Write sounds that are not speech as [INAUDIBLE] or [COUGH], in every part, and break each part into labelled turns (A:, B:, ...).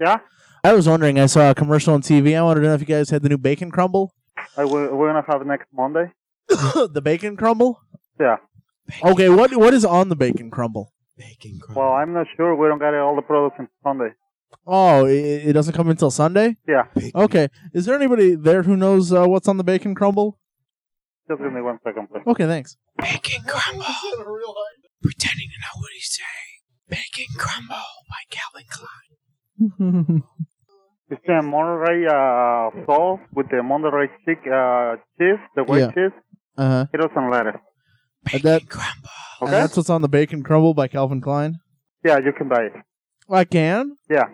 A: Yeah?
B: I was wondering. I saw a commercial on TV. I wanted to know if you guys had the new bacon crumble. [LAUGHS]
A: I will, we're gonna have next Monday.
B: the bacon crumble.
A: Yeah.
B: Okay. What what is on the bacon crumble?
C: Bacon crumble.
A: Well, I'm not sure. We don't get all the products on Sunday.
B: Oh, it, it doesn't come until Sunday.
A: Yeah.
C: Bacon-
B: Okay. Is there anybody there who knows uh, what's on the bacon crumble?
A: Just give me one second, please.
B: Okay. Thanks.
C: Bacon crumble. Pretending to know what he's saying. Bacon crumble by Calvin Klein.
B: Uh-huh.
A: It's the Monterey uh, sauce with the Monterey chick, uh, cheese, the white
B: Yeah.
A: cheese,
B: uh huh.
A: potatoes and lettuce.
B: And
C: Bacon
B: that-
C: crumble.
A: Okay?
B: Oh, that's what's on the bacon crumble by Calvin Klein.
A: yeah, you can buy it.
B: I can.
A: Yeah.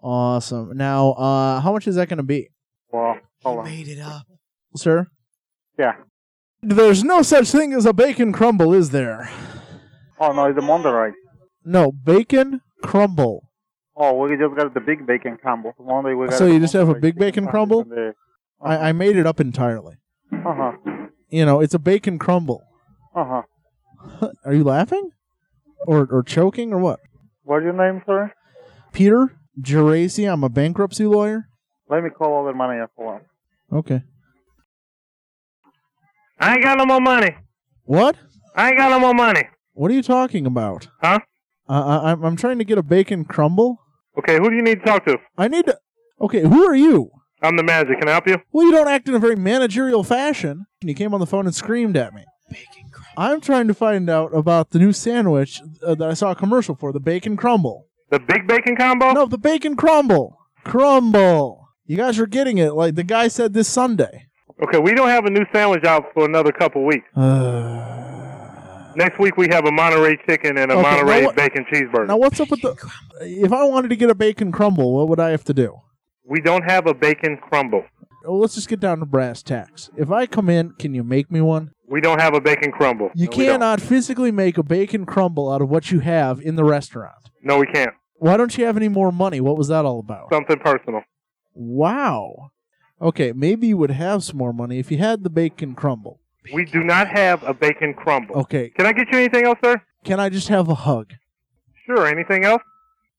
B: Awesome. Now, uh, how much is that going to be,
A: Well, hold
C: He
A: on.
C: made it up.
B: sir?
A: Yeah.
B: There's no such thing as a bacon crumble, is there?
A: Oh, no, it's the Monterey.
B: No, bacon crumble.
A: Oh, we just got the big bacon crumble. Monday we got
B: So
A: the
B: you just have a
A: Monterey
B: big bacon crumble?
A: and
B: I, I made it up entirely.
A: the- Uh-huh.
B: You know, it's a bacon crumble.
A: Uh-huh.
B: Are you laughing? Or or choking or what?
A: What's your name, sir?
B: Peter Geraci, I'm a bankruptcy lawyer.
A: Let me call all the money as well.
B: Okay.
D: I ain't got no more money.
B: What?
D: I ain't got no more money.
B: What are you talking about?
D: Huh?
B: Uh, I, I'm I'm trying to get a bacon crumble.
D: Okay, who do you need to talk to?
B: I need to. Okay, who are you?
D: I'm the manager. Can I help you?
B: Well, you don't act in a very managerial fashion. And you came on the phone and screamed at me.
C: Bacon crumble.
B: I'm trying to find out about the new sandwich uh, that I saw a commercial for, the bacon crumble.
D: The big bacon
A: Oh.
D: combo?
B: No, the bacon crumble. Crumble. You guys are getting it like the guy said this Sunday.
D: Okay, we don't have a new sandwich out for another couple weeks.
B: Uh,
D: Next week we have a Monterey chicken and a
B: Okay, now
D: Monterey
B: what-
D: bacon cheeseburger.
B: now, what's up with the. If I wanted to get a bacon crumble, what would I have to do?
D: we don't have a bacon crumble.
B: Well, let's just get down to brass tacks. If I come in, can you make me one?
D: We don't have a bacon crumble.
B: You uh,
D: No, we don't.
B: cannot physically make a bacon crumble out of what you have in the restaurant.
D: No, we can't.
B: Why don't you have any more money? What was that all about?
D: Something personal.
B: Wow. Okay, maybe you would have some more money if you had the bacon crumble.
D: We do not have a bacon crumble.
B: Okay,
D: Can I get you anything else, sir?
B: can I just have a hug?
D: Sure. Anything else?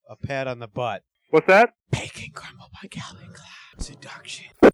E: A pat on the butt.
D: What's that?
C: Bacon crumble by Calvin Klein. Seduction.